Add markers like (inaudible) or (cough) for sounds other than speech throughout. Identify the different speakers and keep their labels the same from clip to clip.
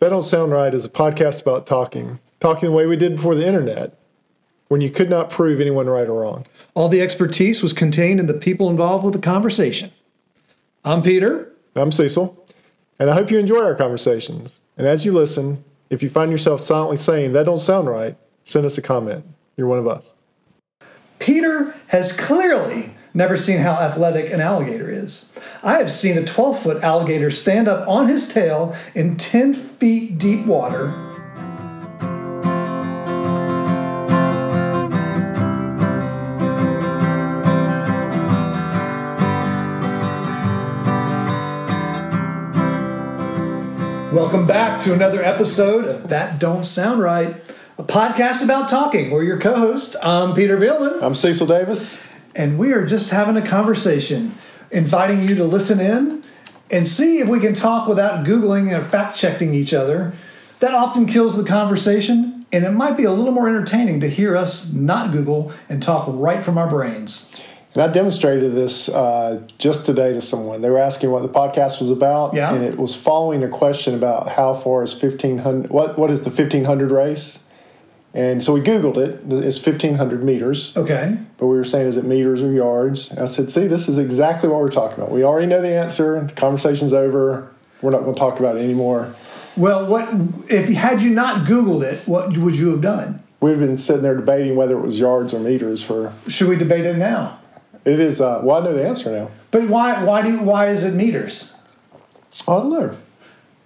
Speaker 1: That Don't Sound Right is a podcast about talking, talking the way we did before the internet, when you could not prove anyone right or wrong.
Speaker 2: All the expertise was contained in the people involved with the conversation. I'm Peter.
Speaker 1: And I'm Cecil, and I hope you enjoy our conversations. And as you listen, if you find yourself silently saying, That don't sound right, send us a comment. You're one of us.
Speaker 2: Peter has clearly never seen how athletic an alligator is. I have seen a 12 foot alligator stand up on his tail in 10 feet deep water. Welcome back to another episode of That Don't Sound Right, a podcast about talking. We're your co host. I'm Peter Billman.
Speaker 1: I'm Cecil Davis.
Speaker 2: and we are just having a conversation, inviting you to listen in and see if we can talk without Googling and fact checking each other. That often kills the conversation, and it might be a little more entertaining to hear us not Google and talk right from our brains.
Speaker 1: And I demonstrated this uh, just today to someone. They were asking what the podcast was about,
Speaker 2: Yeah.
Speaker 1: and it was following a question about how far is fifteen hundred. What what is the fifteen hundred race? And so we Googled it. It's fifteen hundred meters,
Speaker 2: Okay.
Speaker 1: but we were saying is it meters or yards? And I said, see, this is exactly what we're talking about. We already know the answer. The conversation's over. We're not going to talk about it anymore.
Speaker 2: Well, what if had you not Googled it? What would you have done?
Speaker 1: We've been sitting there debating whether it was yards or meters for.
Speaker 2: Should we debate it now?
Speaker 1: It is. Uh, well, I know the answer now.
Speaker 2: But why? Why do? Why is it meters?
Speaker 1: I don't know.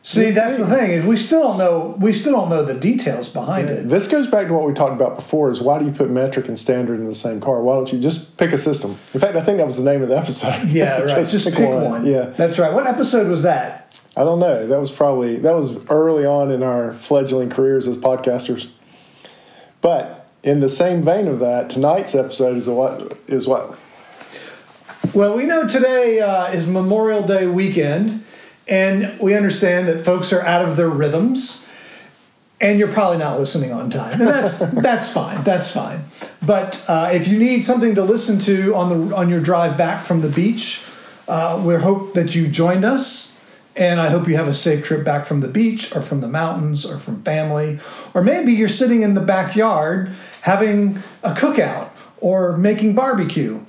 Speaker 2: See, that's the thing. If we still don't know, we still don't know the details behind it.
Speaker 1: This goes back to what we talked about before is why do you put metric and standard in the same car? Why don't you just pick a system? In fact, I think that was the name of the episode. (laughs)
Speaker 2: (laughs) Yeah, right. Just, pick, one.
Speaker 1: Yeah.
Speaker 2: that's right. What episode was that?
Speaker 1: I don't know. That was probably that was early on in our fledgling careers as podcasters. But in the same vein of that, tonight's episode is what is what
Speaker 2: Well, we know today uh, is Memorial Day weekend, and we understand that folks are out of their rhythms, and you're probably not listening on time. And that's that's fine. That's fine. But uh, if you need something to listen to on the on your drive back from the beach, uh, we hope that you joined us. And I hope you have a safe trip back from the beach or from the mountains or from family. Or maybe you're sitting in the backyard having a cookout or making barbecue.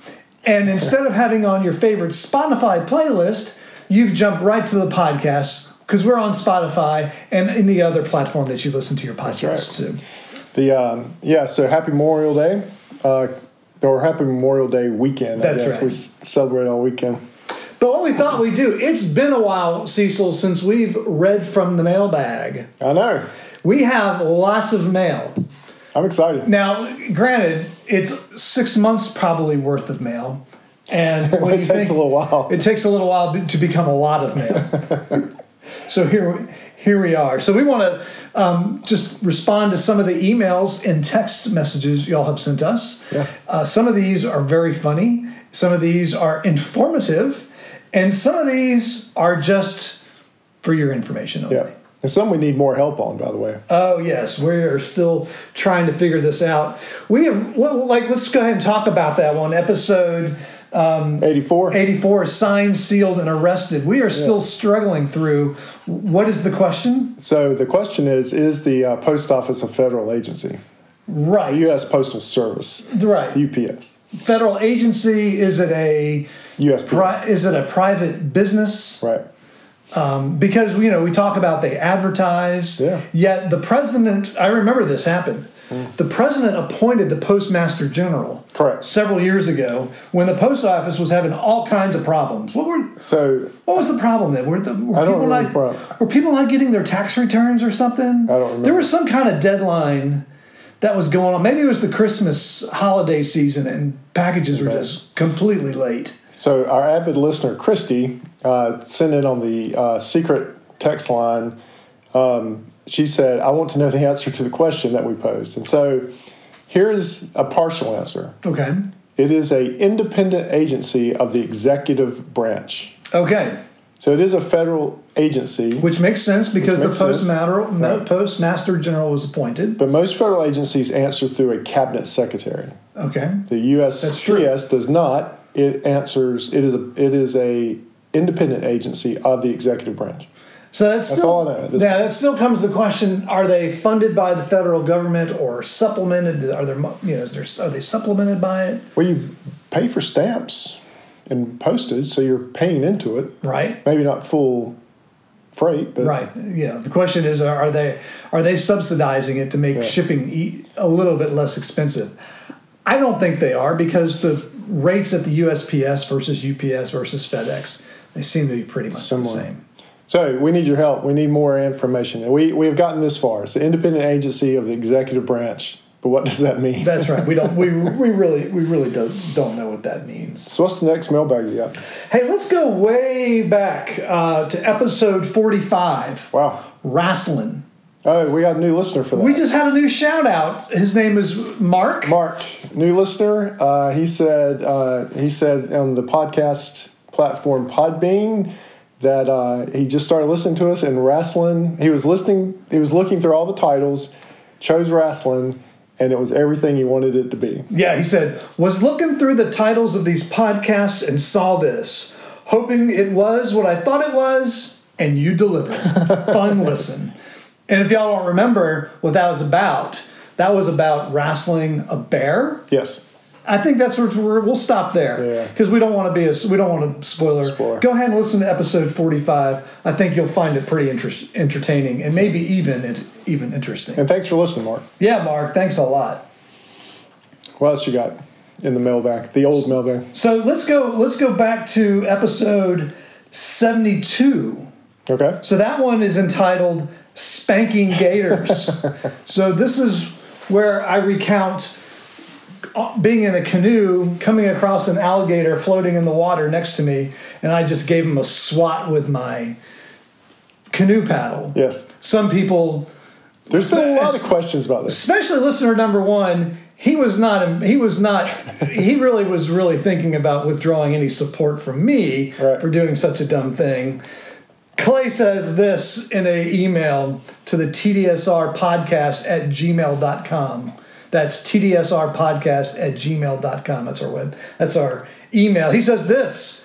Speaker 2: And instead of having on your favorite Spotify playlist, you've jumped right to the podcast because we're on Spotify and any other platform that you listen to your podcast to.
Speaker 1: the um, yeah. So happy Memorial Day, uh, or happy Memorial Day weekend.
Speaker 2: That's
Speaker 1: I guess
Speaker 2: right.
Speaker 1: we s- celebrate all weekend.
Speaker 2: But what we thought we'd do, it's been a while, Cecil, since we've read from the mailbag.
Speaker 1: I know.
Speaker 2: We have lots of mail.
Speaker 1: I'm excited.
Speaker 2: Now, granted, it's six months probably worth of mail, and when
Speaker 1: (laughs) it
Speaker 2: you
Speaker 1: takes
Speaker 2: think-
Speaker 1: a little while.
Speaker 2: It takes a little while to become a lot of mail.
Speaker 1: (laughs)
Speaker 2: so here, we- here we are. So we want to um, just respond to some of the emails and text messages y'all have sent us.
Speaker 1: Yeah.
Speaker 2: Uh, some of these are very funny. Some of these are informative, and some of these are just for your information only.
Speaker 1: Yeah. And some we need more help on, by the way.
Speaker 2: Oh yes, we are still trying to figure this out. We have well, like let's go ahead and talk about that one episode Um,
Speaker 1: 84.
Speaker 2: eighty-four: signed, sealed, and arrested. We are still struggling through. What is the question?
Speaker 1: So the question is Is the uh, post office a federal agency?
Speaker 2: Right,
Speaker 1: U.S. Postal Service,
Speaker 2: right.
Speaker 1: UPS,
Speaker 2: Federal agency is it a
Speaker 1: USPS.
Speaker 2: pri- is it a private business?
Speaker 1: Right.
Speaker 2: Because you know we talk about they advertise.
Speaker 1: Yeah.
Speaker 2: Yet the president, I remember this happened. The president appointed the postmaster general.
Speaker 1: Correct.
Speaker 2: several years ago when the post office was having all kinds of problems. What were
Speaker 1: So
Speaker 2: what was the problem then? Were, the, were
Speaker 1: I don't
Speaker 2: people
Speaker 1: remember
Speaker 2: not
Speaker 1: the problem.
Speaker 2: were people not getting their tax returns or something?
Speaker 1: I don't remember.
Speaker 2: There was some kind of deadline that was going on. Maybe it was the Christmas holiday season and packages were just completely late.
Speaker 1: So our avid listener Christy uh, sent in on the uh, secret text line. Um, she said, "I want to know the answer to the question that we posed." And so here is a partial answer.
Speaker 2: Okay.
Speaker 1: It is a independent agency of the executive branch.
Speaker 2: Okay.
Speaker 1: So it is a federal agency,
Speaker 2: Which makes sense because
Speaker 1: makes
Speaker 2: the
Speaker 1: sense.
Speaker 2: postmaster ma-
Speaker 1: Right.
Speaker 2: postmaster general was appointed.
Speaker 1: but most federal agencies answer through a cabinet secretary.
Speaker 2: Okay.
Speaker 1: The
Speaker 2: true.
Speaker 1: USPS does not. It answers. It is a. It is a independent agency of the executive branch.
Speaker 2: So that's,
Speaker 1: That's
Speaker 2: still,
Speaker 1: all I know at this
Speaker 2: Yeah, that still comes to the question: Are they funded by the federal government or supplemented? Are there, mo- you know, is there, are they supplemented by it?
Speaker 1: Well, you pay for stamps and postage, so you're paying into it.
Speaker 2: Right.
Speaker 1: Maybe not full freight, but
Speaker 2: Right. Yeah. The question is, are are they are they subsidizing it to make shipping e- a little bit less expensive? I don't think they are because the rates at the USPS versus UPS versus FedEx they seem to be pretty much
Speaker 1: Similar.
Speaker 2: the same.
Speaker 1: So we need your help. We need more information. And we we have gotten this far. It's the independent agency of the executive branch. But what does that mean?
Speaker 2: That's right. We don't. We, we really we really do, don't know what that means.
Speaker 1: so what's the next mailbag you got?
Speaker 2: Hey, let's go way back uh, to episode forty five.
Speaker 1: Wow.
Speaker 2: Wrestling.
Speaker 1: Oh, we got a new listener for that.
Speaker 2: We just had a new shout out. His name is Mark.
Speaker 1: Mark, new listener, uh, he said uh, he said on the podcast platform Podbean that uh, he just started listening to us and wrestling. He was listening. He was looking through all the titles, chose wrestling, and it was everything he wanted it to be.
Speaker 2: Yeah, he said, was looking through the titles of these podcasts and saw this, hoping it was what I thought it was, and
Speaker 1: (laughs)
Speaker 2: you delivered. Fun listen. And if y'all don't remember what that was about, that was about wrestling a bear.
Speaker 1: Yes.
Speaker 2: I think that's where we're, we'll stop there
Speaker 1: Yeah.
Speaker 2: because we don't want to be a, we don't want to spoiler.
Speaker 1: Spoiler.
Speaker 2: Go ahead and listen to episode forty five. I think you'll find it pretty interest, entertaining and maybe even it, even interesting.
Speaker 1: And thanks for listening, Mark.
Speaker 2: Yeah, Mark, thanks a lot.
Speaker 1: What else you got in the mailbag? The old mailbag.
Speaker 2: So let's go. Let's go back to episode seventy-two.
Speaker 1: Okay.
Speaker 2: So that one is entitled "Spanking Gators." so this is where I recount uh, being in a canoe, coming across an alligator floating in the water next to me, and I just gave him a swat with my canoe paddle.
Speaker 1: Yes.
Speaker 2: Some people
Speaker 1: There's been a lot of questions about this.
Speaker 2: especially listener number one he was not he was not he really was really thinking about withdrawing any support from me
Speaker 1: Right.
Speaker 2: for doing such a dumb thing clay says this in a email to the tdsr podcast at gmail.com that's tdsr podcast at gmail.com that's our web that's our email he says this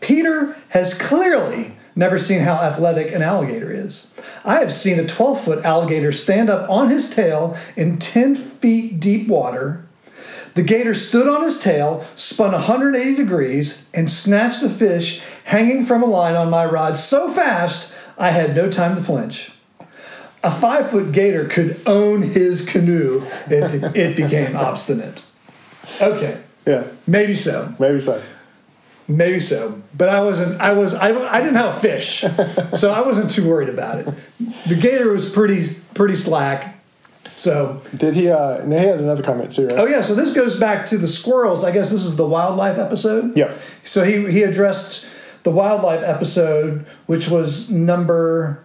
Speaker 2: Peter has clearly never seen how athletic an alligator is. I have seen a 12 foot alligator stand up on his tail in 10 feet deep water. The gator stood on his tail, spun 180 degrees, and snatched the fish hanging from a line on my rod so fast I had no time to flinch. A five foot gator could own his canoe if it became obstinate. Okay,
Speaker 1: Yeah.
Speaker 2: maybe so.
Speaker 1: Maybe so.
Speaker 2: Maybe so, but I wasn't. I was. I, I didn't have a fish, so I wasn't too worried about it. The gator was pretty pretty slack. So,
Speaker 1: Did he? Uh, and he had another comment too, right?
Speaker 2: oh yeah. So this goes back to the squirrels. I guess this is the wildlife episode.
Speaker 1: Yeah.
Speaker 2: So he he addressed the wildlife episode, which was number,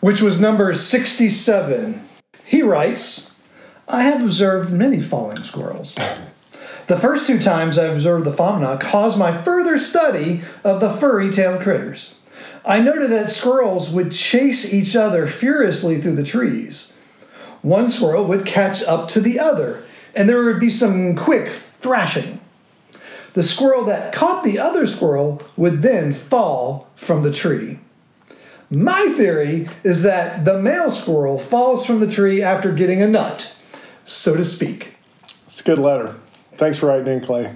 Speaker 2: which was number sixty seven. He writes, I have observed many falling squirrels. The first two times I observed the fauna caused my further study of the furry tailed critters. I noted that squirrels would chase each other furiously through the trees. One squirrel would catch up to the other, and there would be some quick thrashing. The squirrel that caught the other squirrel would then fall from the tree. My theory is that the male squirrel falls from the tree after getting a nut, so to speak.
Speaker 1: It's a good letter. Thanks for writing in, Clay.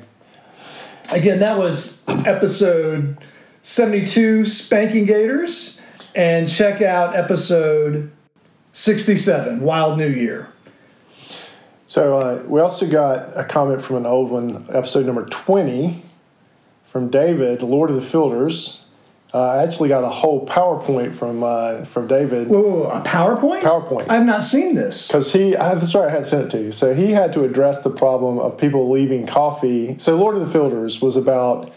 Speaker 2: Again, that was episode 72 Spanking Gators. And check out episode 67 Wild New Year.
Speaker 1: So uh, we also got a comment from an old one, episode number twenty, from David, Lord of the Fielders. Uh, I actually got a whole PowerPoint from uh, from David
Speaker 2: Whoa, whoa, whoa, a PowerPoint?
Speaker 1: PowerPoint.
Speaker 2: I've not seen this.
Speaker 1: because he. I, sorry, I had sent it to you. So he had to address the problem of people leaving coffee. So Lord of the Fielders was about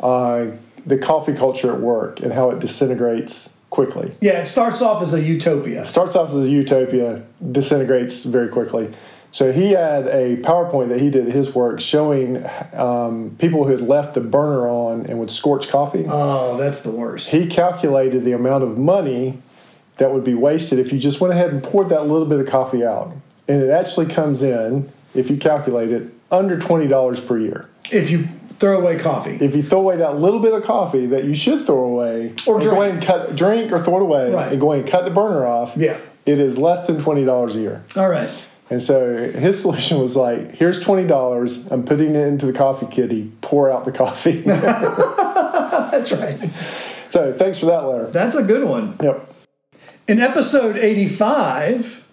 Speaker 1: uh, the coffee culture at work and how it disintegrates quickly.
Speaker 2: Yeah, it starts off as a utopia.
Speaker 1: starts off as a utopia, disintegrates very quickly. So he had a PowerPoint that he did at his work showing um, people who had left the burner on and would scorch coffee.
Speaker 2: Oh, that's the worst.
Speaker 1: he calculated the amount of money that would be wasted if you just went ahead and poured that little bit of coffee out. And it actually comes in, if you calculate it, under $20 per year.
Speaker 2: If you throw away coffee.
Speaker 1: If you throw away that little bit of coffee that you should throw away,
Speaker 2: Or
Speaker 1: and
Speaker 2: drink.
Speaker 1: go ahead and cut drink or throw it away,
Speaker 2: Right.
Speaker 1: and go ahead and cut the burner off,
Speaker 2: Yeah.
Speaker 1: it is less than twenty dollars a year.
Speaker 2: All right.
Speaker 1: And so his (laughs) solution was like, here's twenty dollars. I'm putting it into the coffee kitty. Pour out the coffee. (laughs)
Speaker 2: That's right.
Speaker 1: so thanks for that letter.
Speaker 2: That's a good one.
Speaker 1: Yep.
Speaker 2: In episode 85,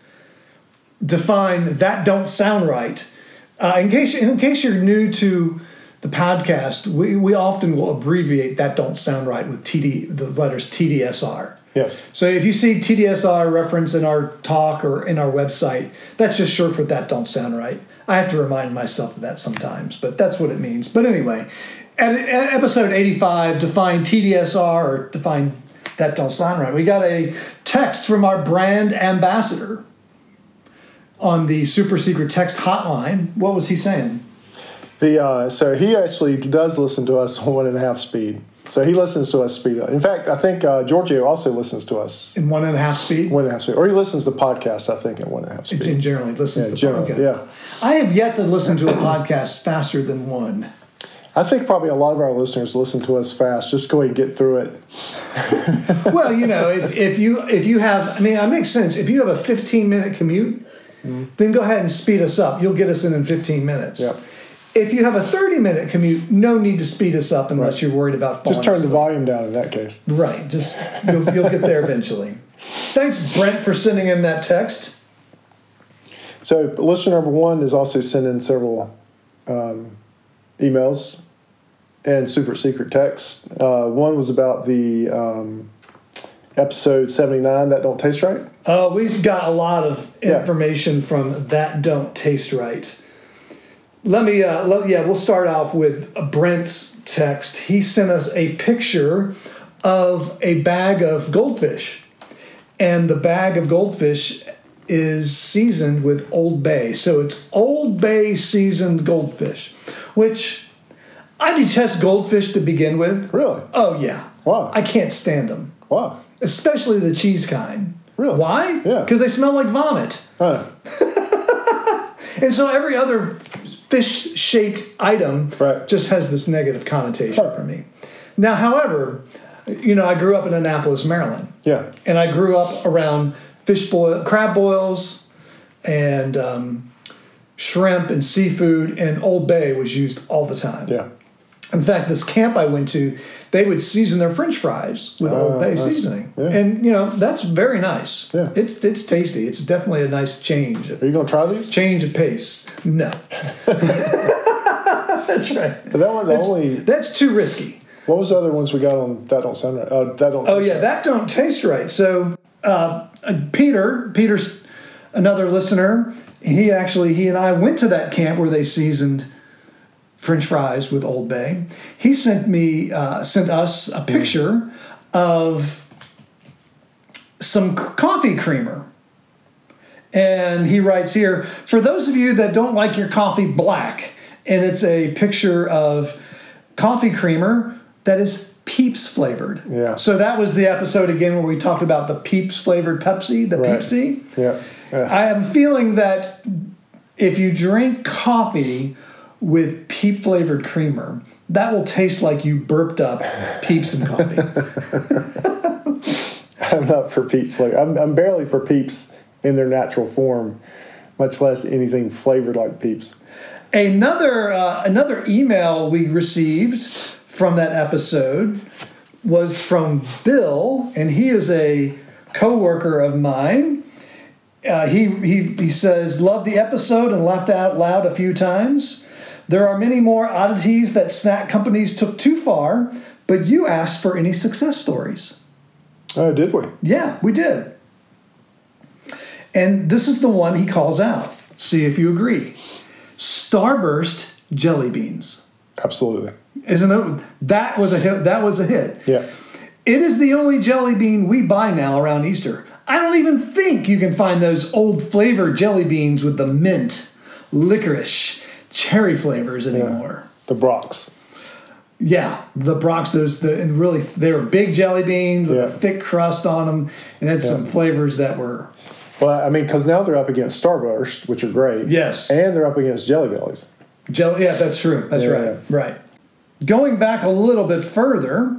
Speaker 2: define that don't sound right. Uh, in case in case you're new to the podcast, we, we often will abbreviate that don't sound right with TD the letters TDSR.
Speaker 1: Yes.
Speaker 2: So if you see TDSR reference in our talk or in our website, that's just short for that don't sound right. I have to remind myself of that sometimes, but that's what it means. But anyway, at, at episode 85, define TDSR or define that don't sound right. We got a text from our brand ambassador on the super secret text hotline. What was he saying?
Speaker 1: The uh, so he actually does listen to us on one and a half speed. So he listens to us speed. In fact, I think uh, Giorgio also listens to us
Speaker 2: In one and a half speed?
Speaker 1: one and a half speed, or he listens to podcasts. I think at one and a half speed.
Speaker 2: In general, he listens to
Speaker 1: general,
Speaker 2: podcast.
Speaker 1: yeah.
Speaker 2: I have yet to listen to a podcast faster than one.
Speaker 1: I think probably a lot of our listeners listen to us fast. Just go ahead and get through it.
Speaker 2: well, you know, if, if you if you have, I mean, it makes sense. If you have a 15 minute commute, then go ahead and speed us up. You'll get us in in 15 minutes.
Speaker 1: Mm-hmm. Yep.
Speaker 2: If you have a 30 minute commute, no need to speed us up unless you're worried about falling
Speaker 1: Just turn the
Speaker 2: asleep.
Speaker 1: volume down in that case.
Speaker 2: Right. Just you'll, you'll get there eventually. Thanks, Brent, for sending in that text.
Speaker 1: So listener number one is also sending several um, emails and super secret texts. Uh, one was about the um, episode seventy nine that don't taste right.
Speaker 2: Uh, we've got a lot of
Speaker 1: Yeah.
Speaker 2: information from that don't taste right. Let me, uh, let, yeah, we'll start off with Brent's text. He sent us a picture of a bag of goldfish, and the bag of goldfish is seasoned with Old Bay. So it's Old Bay seasoned goldfish, which I detest goldfish to begin with.
Speaker 1: Really?
Speaker 2: Oh, yeah.
Speaker 1: Wow.
Speaker 2: I can't stand them
Speaker 1: Wow.
Speaker 2: especially the cheese kind.
Speaker 1: Really?
Speaker 2: Why?
Speaker 1: Yeah.
Speaker 2: Because they smell like vomit.
Speaker 1: Huh.
Speaker 2: And so every other fish shaped item
Speaker 1: Right.
Speaker 2: just has this negative connotation
Speaker 1: Sure.
Speaker 2: for me. Now, however, you know, I grew up in Annapolis, Maryland,
Speaker 1: Yeah.
Speaker 2: and I grew up around fish boil, crab boils, and um, shrimp and seafood, and Old Bay was used all the time.
Speaker 1: Yeah.
Speaker 2: In fact, this camp I went to, they would season their French fries with Old Bay
Speaker 1: Ah, nice.
Speaker 2: seasoning,
Speaker 1: Yeah.
Speaker 2: and you know that's very nice.
Speaker 1: Yeah.
Speaker 2: It's it's tasty. It's definitely a nice change
Speaker 1: Are you gonna try these?
Speaker 2: change of pace.
Speaker 1: (laughs)
Speaker 2: No, that's right.
Speaker 1: But that one, the only
Speaker 2: That's too risky.
Speaker 1: what was the other ones we got on that don't sound right? Uh, that don't.
Speaker 2: Oh yeah, that don't taste right. So uh, uh, Peter, Peter's another listener. He actually, he and I went to that camp where they seasoned French fries with Old Bay. He sent me, uh, sent us
Speaker 1: Hmm.
Speaker 2: a picture of some c- coffee creamer. And he writes here for those of you that don't like your coffee black, and it's a picture of coffee creamer that is Peeps flavored.
Speaker 1: Yeah.
Speaker 2: So that was the episode again where we talked about the Peeps flavored Pepsi, the
Speaker 1: Right.
Speaker 2: Pepsi.
Speaker 1: Yeah. Yeah. (laughs)
Speaker 2: I am feeling that if you drink coffee with peep flavored creamer, that will taste like you burped up peeps and coffee.
Speaker 1: I'm not for Pete's flavor. I'm, I'm barely for Peeps in their natural form, much less anything flavored like Peeps.
Speaker 2: another uh, another email we received from that episode was from Bill, and he is a coworker of mine. Uh, he, he he says loved the episode and laughed out loud a few times. There are many more oddities that snack companies took too far, but you asked for any success stories.
Speaker 1: Oh, did we?
Speaker 2: Yeah, we did. And this is the one he calls out. See if you agree. Starburst jelly beans.
Speaker 1: Absolutely.
Speaker 2: Isn't that that was a hit, that was a hit.
Speaker 1: Yeah.
Speaker 2: It is the only jelly bean we buy now around Easter. I don't even think you can find those old flavored jelly beans with the mint, licorice, cherry flavors anymore.
Speaker 1: The Brox.
Speaker 2: Yeah, the Bronx, those the and really they were big jelly beans with
Speaker 1: Yeah.
Speaker 2: a thick crust on them, and had some flavors that were
Speaker 1: Well, I mean, because now they're up against Starburst, which are great.
Speaker 2: Yes.
Speaker 1: And they're up against Jelly Bellies.
Speaker 2: Jelly, yeah, that's true. That's
Speaker 1: Yeah.
Speaker 2: right. Right. Going back a little bit further,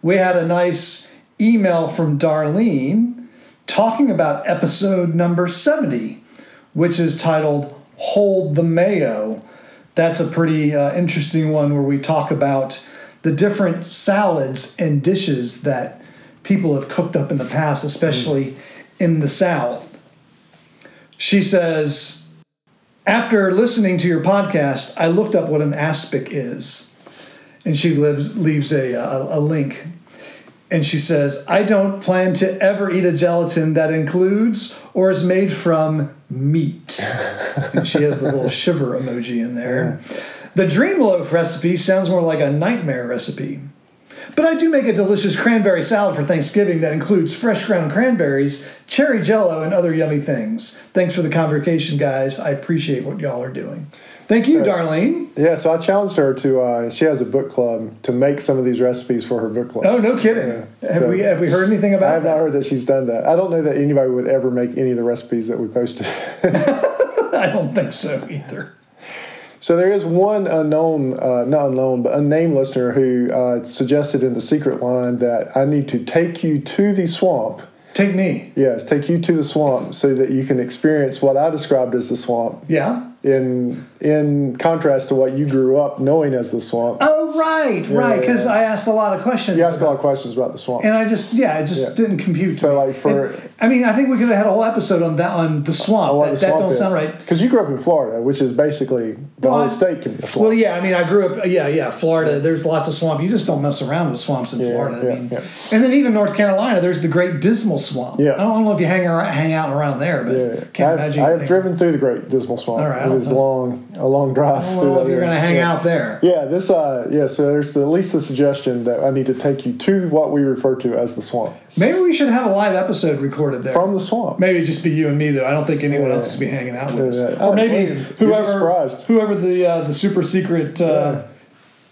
Speaker 2: we had a nice email from Darlene talking about episode number 70, which is titled Hold the Mayo. That's a pretty uh, interesting one where we talk about the different salads and dishes that people have cooked up in the past, especially in the South. She says, After listening to your podcast, I looked up what an aspic is. And she lives, leaves a, a, a link. And she says, I don't plan to ever eat a gelatin that includes or is made from meat. and she has the little shiver emoji in there. The dream loaf recipe sounds more like a nightmare recipe. But I do make a delicious cranberry salad for Thanksgiving that includes fresh ground cranberries, cherry jello, and other yummy things. Thanks for the convocation, guys. I appreciate what y'all are doing. Thank you, Darlene.
Speaker 1: Yeah, so I challenged her to. Uh, she has a book club to make some of these recipes for her book club.
Speaker 2: Oh, no kidding. have
Speaker 1: so-
Speaker 2: we have we heard anything about
Speaker 1: I have
Speaker 2: that?
Speaker 1: not heard that she's done that. I don't know that anybody would ever make any of the recipes that we posted. (laughs)
Speaker 2: I don't think so either.
Speaker 1: so there is one unknown, uh, not unknown, but unnamed listener who uh, suggested in the secret line that I need to take you to the swamp.
Speaker 2: Take me.
Speaker 1: Yes, take you to the swamp so that you can experience what I described as the swamp
Speaker 2: Yeah.
Speaker 1: in in contrast to what you grew up knowing as the swamp.
Speaker 2: Oh right, right. Because I asked a lot of questions.
Speaker 1: You asked a lot of questions about the swamp.
Speaker 2: and I just yeah, I just
Speaker 1: Yeah.
Speaker 2: didn't compute.
Speaker 1: So, like, for-
Speaker 2: It- I mean, I think we could have had a whole episode on that on the swamp.
Speaker 1: Oh,
Speaker 2: that that don't sound right.
Speaker 1: Because you grew up in Florida, which is basically the
Speaker 2: Well, I-
Speaker 1: whole state can be a swamp.
Speaker 2: Well, yeah, I mean, I grew up, yeah, yeah, Florida. There's lots of swamp. You just don't mess around with swamps in Florida. I
Speaker 1: yeah,
Speaker 2: mean,
Speaker 1: yeah.
Speaker 2: and then even North Carolina, there's the Great Dismal Swamp.
Speaker 1: Yeah.
Speaker 2: I don't know if you hang around, hang out around there, but
Speaker 1: Yeah,
Speaker 2: can't
Speaker 1: I've,
Speaker 2: imagine.
Speaker 1: I have
Speaker 2: anything.
Speaker 1: driven through the Great Dismal Swamp.
Speaker 2: All right, I
Speaker 1: it
Speaker 2: don't
Speaker 1: was
Speaker 2: know.
Speaker 1: long, a long drive.
Speaker 2: I
Speaker 1: through
Speaker 2: don't know if
Speaker 1: that
Speaker 2: you're going to
Speaker 1: area.
Speaker 2: hang
Speaker 1: yeah.
Speaker 2: out there.
Speaker 1: Yeah, this. Uh, yeah, so there's the, at least the suggestion that I need to take you to what we refer to as the swamp.
Speaker 2: Maybe we should have a live episode recorded there.
Speaker 1: From the swamp.
Speaker 2: Maybe it'd just be you and me though. I don't think anyone else would be hanging out with
Speaker 1: Yeah.
Speaker 2: us.
Speaker 1: Oh,
Speaker 2: Or maybe
Speaker 1: man, you'd be
Speaker 2: whoever
Speaker 1: surprised.
Speaker 2: whoever the uh, the super secret uh,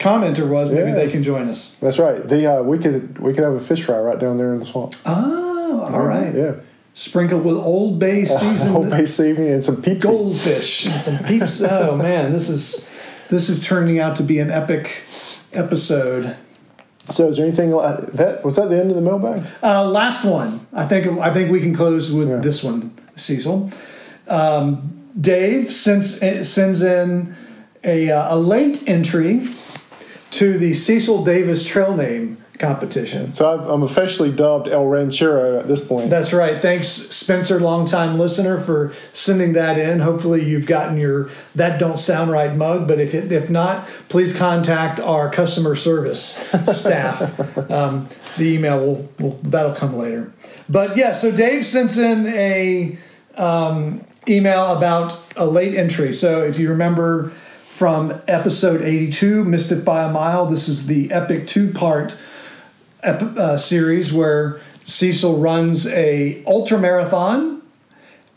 Speaker 2: commenter was, maybe
Speaker 1: Yeah.
Speaker 2: they can join us.
Speaker 1: That's right. The uh, we could we could have a fish fry right down there in the swamp.
Speaker 2: Oh, all right.
Speaker 1: Yeah,
Speaker 2: Sprinkled with Old
Speaker 1: (laughs)
Speaker 2: Bay seasoned
Speaker 1: whole bay seaweed and some peep.
Speaker 2: goldfish and some peeps. oh man, this is this is turning out to be an epic episode.
Speaker 1: So is there anything like that? Was that the end of the mailbag?
Speaker 2: Uh, last one. I think I think we can close with this one, Cecil. Um, Dave sends eh, sends in a, uh, a late entry to the Cecil Davis Trail Name competition.
Speaker 1: So I've, I'm officially dubbed El Ranchero at this point.
Speaker 2: That's right. Thanks, Spencer, longtime listener, for sending that in. Hopefully, you've gotten your that don't sound right mug. But if it, if not, please contact our customer service staff. um, the email will, will that'll come later. But yeah, so Dave sends in a um, email about a late entry. So if you remember from episode 82, missed it by a mile. This is the epic two part ep- uh, series where Cecil runs a ultra marathon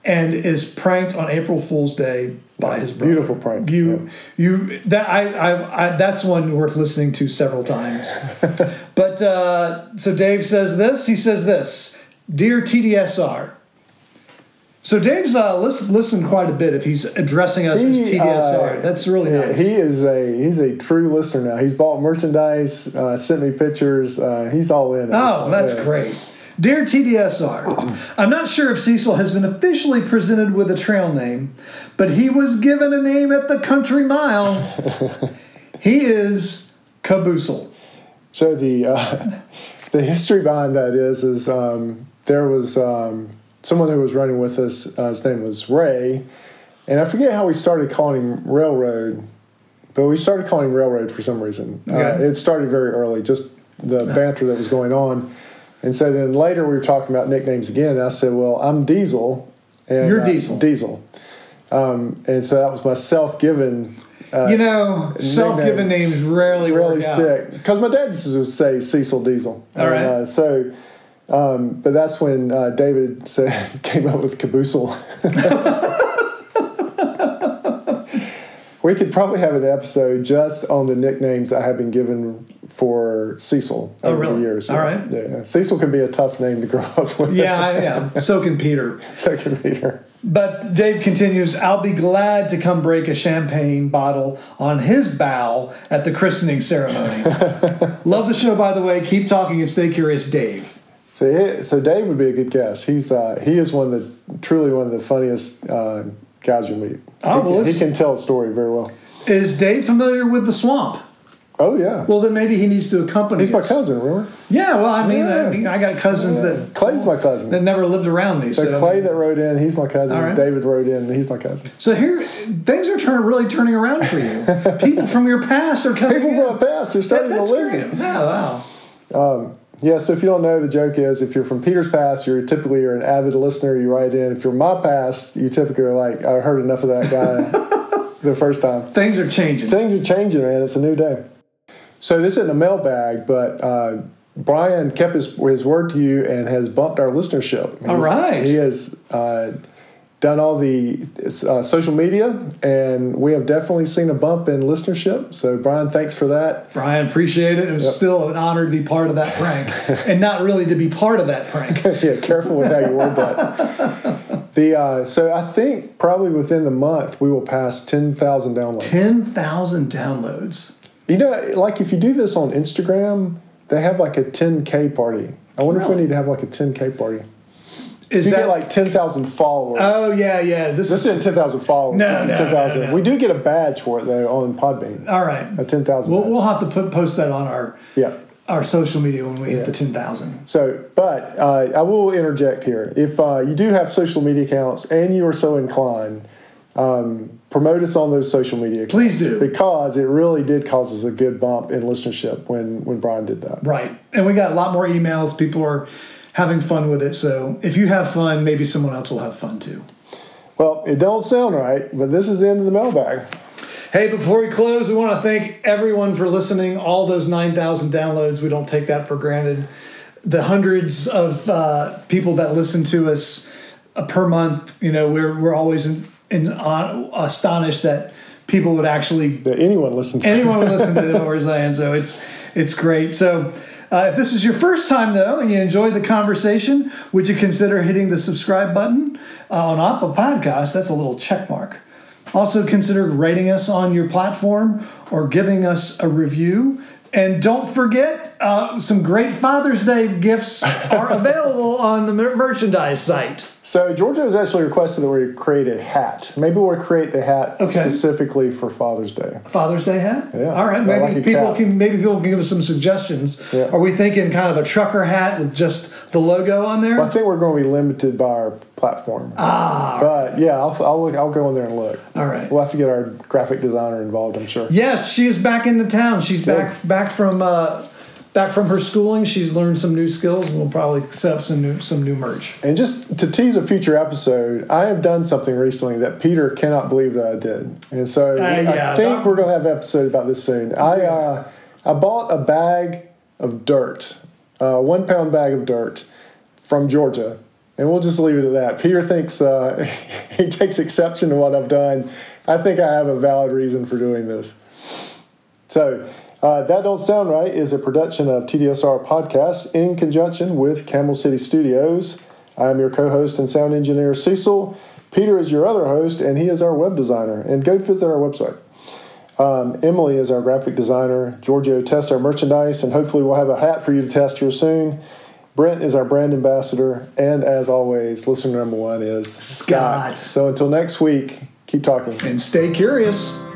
Speaker 2: and is pranked on April Fool's Day by his brother.
Speaker 1: Beautiful prank.
Speaker 2: You, you that I, I, I that's one worth listening to several times. but uh, so Dave says this. He says this. Dear TDSR. So Dave's uh, listen, listened quite a bit if he's addressing us
Speaker 1: He,
Speaker 2: as TDSR.
Speaker 1: uh,
Speaker 2: that's really
Speaker 1: Yeah,
Speaker 2: nice.
Speaker 1: he is a he's a true listener now. He's bought merchandise, uh, sent me pictures. Uh, he's all in.
Speaker 2: Oh, that's
Speaker 1: Yeah.
Speaker 2: great. Dear TDSR, I'm not sure if Cecil has been officially presented with a trail name, but he was given a name at the country mile.
Speaker 1: (laughs)
Speaker 2: he is Caboosle.
Speaker 1: So the uh, (laughs) the history behind that is is um, there was um, someone who was running with us. Uh, his name was Ray, and I forget how we started calling him Railroad, but we started calling him Railroad for some reason.
Speaker 2: Okay.
Speaker 1: Uh, it started very early, just the banter that was going on, and so then later we were talking about nicknames again. And I said, "Well, I'm Diesel." And,
Speaker 2: You're
Speaker 1: uh,
Speaker 2: Diesel.
Speaker 1: Diesel. Um, and so that was my self-given
Speaker 2: you know, self-given names rarely
Speaker 1: Uh, really
Speaker 2: work out.
Speaker 1: stick because my dad used to say Cecil Diesel.
Speaker 2: All right.
Speaker 1: uh, so, um, but that's when uh, David said, (laughs) came up with Caboosle. we could probably have an episode just on the nicknames that have been given for Cecil
Speaker 2: Oh,
Speaker 1: over
Speaker 2: really?
Speaker 1: the years.
Speaker 2: All right.
Speaker 1: Yeah, yeah. Cecil can be a tough name to grow up with.
Speaker 2: Yeah, I am. So can Peter.
Speaker 1: (laughs) Second Peter.
Speaker 2: But Dave continues, I'll be glad to come break a champagne bottle on his bow at the christening
Speaker 1: (laughs)
Speaker 2: ceremony. Love the show, by the way. Keep talking and stay curious, Dave.
Speaker 1: So, he- so Dave would be a good guess. He's uh, he is one of the truly one of the funniest uh, guys you'll meet.
Speaker 2: Oh,
Speaker 1: he,
Speaker 2: well,
Speaker 1: can, he
Speaker 2: it's-
Speaker 1: can tell a story very well.
Speaker 2: Is Dave familiar with the swamp?
Speaker 1: Oh yeah,
Speaker 2: Well, then maybe he needs to accompany
Speaker 1: he's my
Speaker 2: us.
Speaker 1: cousin. Remember,
Speaker 2: Yeah, well, I mean, I,
Speaker 1: Yeah.
Speaker 2: mean, I got cousins that
Speaker 1: Clay's my cousin.
Speaker 2: that never lived around me. So,
Speaker 1: so Clay that wrote in, he's my cousin.
Speaker 2: All right.
Speaker 1: David wrote in, he's my cousin.
Speaker 2: so here, things are turn, really turning around
Speaker 1: (laughs)
Speaker 2: for you. People from your past are coming.
Speaker 1: People
Speaker 2: in.
Speaker 1: from the past are starting to
Speaker 2: That's
Speaker 1: listen.
Speaker 2: great. Yeah, wow.
Speaker 1: Yeah, so if you don't know, the joke is if you're from Peter's past, you're typically you're an avid listener, you write in. If you're my past, you typically are like, I heard enough of that guy
Speaker 2: (laughs)
Speaker 1: the first time.
Speaker 2: Things are changing.
Speaker 1: Things are changing, man. It's a new day. So this isn't a mailbag, but uh, Brian kept his, his word to you and has bumped our listenership.
Speaker 2: All
Speaker 1: He's-
Speaker 2: right.
Speaker 1: He has uh, done all the uh, social media, and we have definitely seen a bump in listenership. So, Brian, thanks for that. (laughs)
Speaker 2: Brian, appreciate it. It was still an honor to be part of that prank and not really to be part of that
Speaker 1: (laughs)
Speaker 2: prank.
Speaker 1: yeah, careful with how you word that.
Speaker 2: (laughs)
Speaker 1: The uh, so I think probably within the month we will pass ten thousand downloads.
Speaker 2: 10,000 downloads.
Speaker 1: You know, like if you do this on Instagram, they have like a ten k party. I wonder if we
Speaker 2: Really?
Speaker 1: need to have like a ten k party.
Speaker 2: Is
Speaker 1: You
Speaker 2: that
Speaker 1: get like ten thousand followers.
Speaker 2: Oh, yeah, yeah. This,
Speaker 1: this
Speaker 2: is.
Speaker 1: isn't ten thousand followers.
Speaker 2: No,
Speaker 1: this is
Speaker 2: no,
Speaker 1: ten thousand.
Speaker 2: no, no.
Speaker 1: We do get a badge for it though on Podbean.
Speaker 2: All right.
Speaker 1: A ten thousand.
Speaker 2: We'll,
Speaker 1: badge.
Speaker 2: we'll have to put, post that on our
Speaker 1: yeah.
Speaker 2: our social media when we hit the 10,000.
Speaker 1: So, but uh, I will interject here. If uh, you do have social media accounts and you are so inclined, um, promote us on those social media. accounts.
Speaker 2: Please do.
Speaker 1: because it really did cause us a good bump in listenership when when Brian did that.
Speaker 2: Right. And we got a lot more emails. People are having fun with it. So if you have fun, maybe someone else will have fun too.
Speaker 1: Well, it don't sound right, but this is the end of the mailbag.
Speaker 2: Hey, before we close, we want to thank everyone for listening. All those 9,000 downloads, we don't take that for granted. The hundreds of uh, people that listen to us uh, per month, you know, we're, we're always in, in, on, astonished that people would actually
Speaker 1: That anyone listens. to
Speaker 2: anyone would listen to what we're saying. So it's it's great. So uh, if this is your first time though, and you enjoyed the conversation, would you consider hitting the subscribe button uh, on Apple Podcasts? That's a little check mark. Also consider rating us on your platform or giving us a review. And don't forget, uh, some great Father's Day gifts are (laughs) available on the mer- merchandise site.
Speaker 1: so Georgia has actually requested that we create a hat. Maybe we'll create the hat
Speaker 2: Okay.
Speaker 1: specifically for Father's Day.
Speaker 2: Father's Day hat.
Speaker 1: Yeah.
Speaker 2: All right.
Speaker 1: I
Speaker 2: Maybe
Speaker 1: like your
Speaker 2: people
Speaker 1: cap.
Speaker 2: can maybe people can give us some suggestions.
Speaker 1: Yeah.
Speaker 2: Are we thinking kind of a trucker hat with just the logo on there?
Speaker 1: I think we're going to be limited by our platform. Ah. But yeah, I'll, I'll look. I'll go in there and look.
Speaker 2: All right.
Speaker 1: We'll have to get our graphic designer involved, I'm sure.
Speaker 2: yes, she is back in the town. She's back back from uh, back from her schooling. She's learned some new skills, and we'll probably set up some new some new merch.
Speaker 1: And just to tease a future episode, I have done something recently that Peter cannot believe that I did. And so
Speaker 2: Uh, yeah,
Speaker 1: I think
Speaker 2: that-
Speaker 1: we're going to have an episode about this soon. I, uh, I bought a bag of dirt, a one pound bag of dirt from Georgia. And we'll just leave it at that. Peter thinks uh, (laughs) he takes exception to what I've done. I think I have a valid reason for doing this. So, uh, That Don't Sound Right is a production of TDSR Podcast in conjunction with Camel City Studios. I'm your co host and sound engineer, Cecil. Peter is your other host, and he is our web designer. And go visit our website. Um, Emily is our graphic designer. Giorgio tests our merchandise, and hopefully, we'll have a hat for you to test here soon. Brent is our brand ambassador. And as always, listener number one is
Speaker 2: Scott.
Speaker 1: So, until next week, keep talking.
Speaker 2: And stay curious.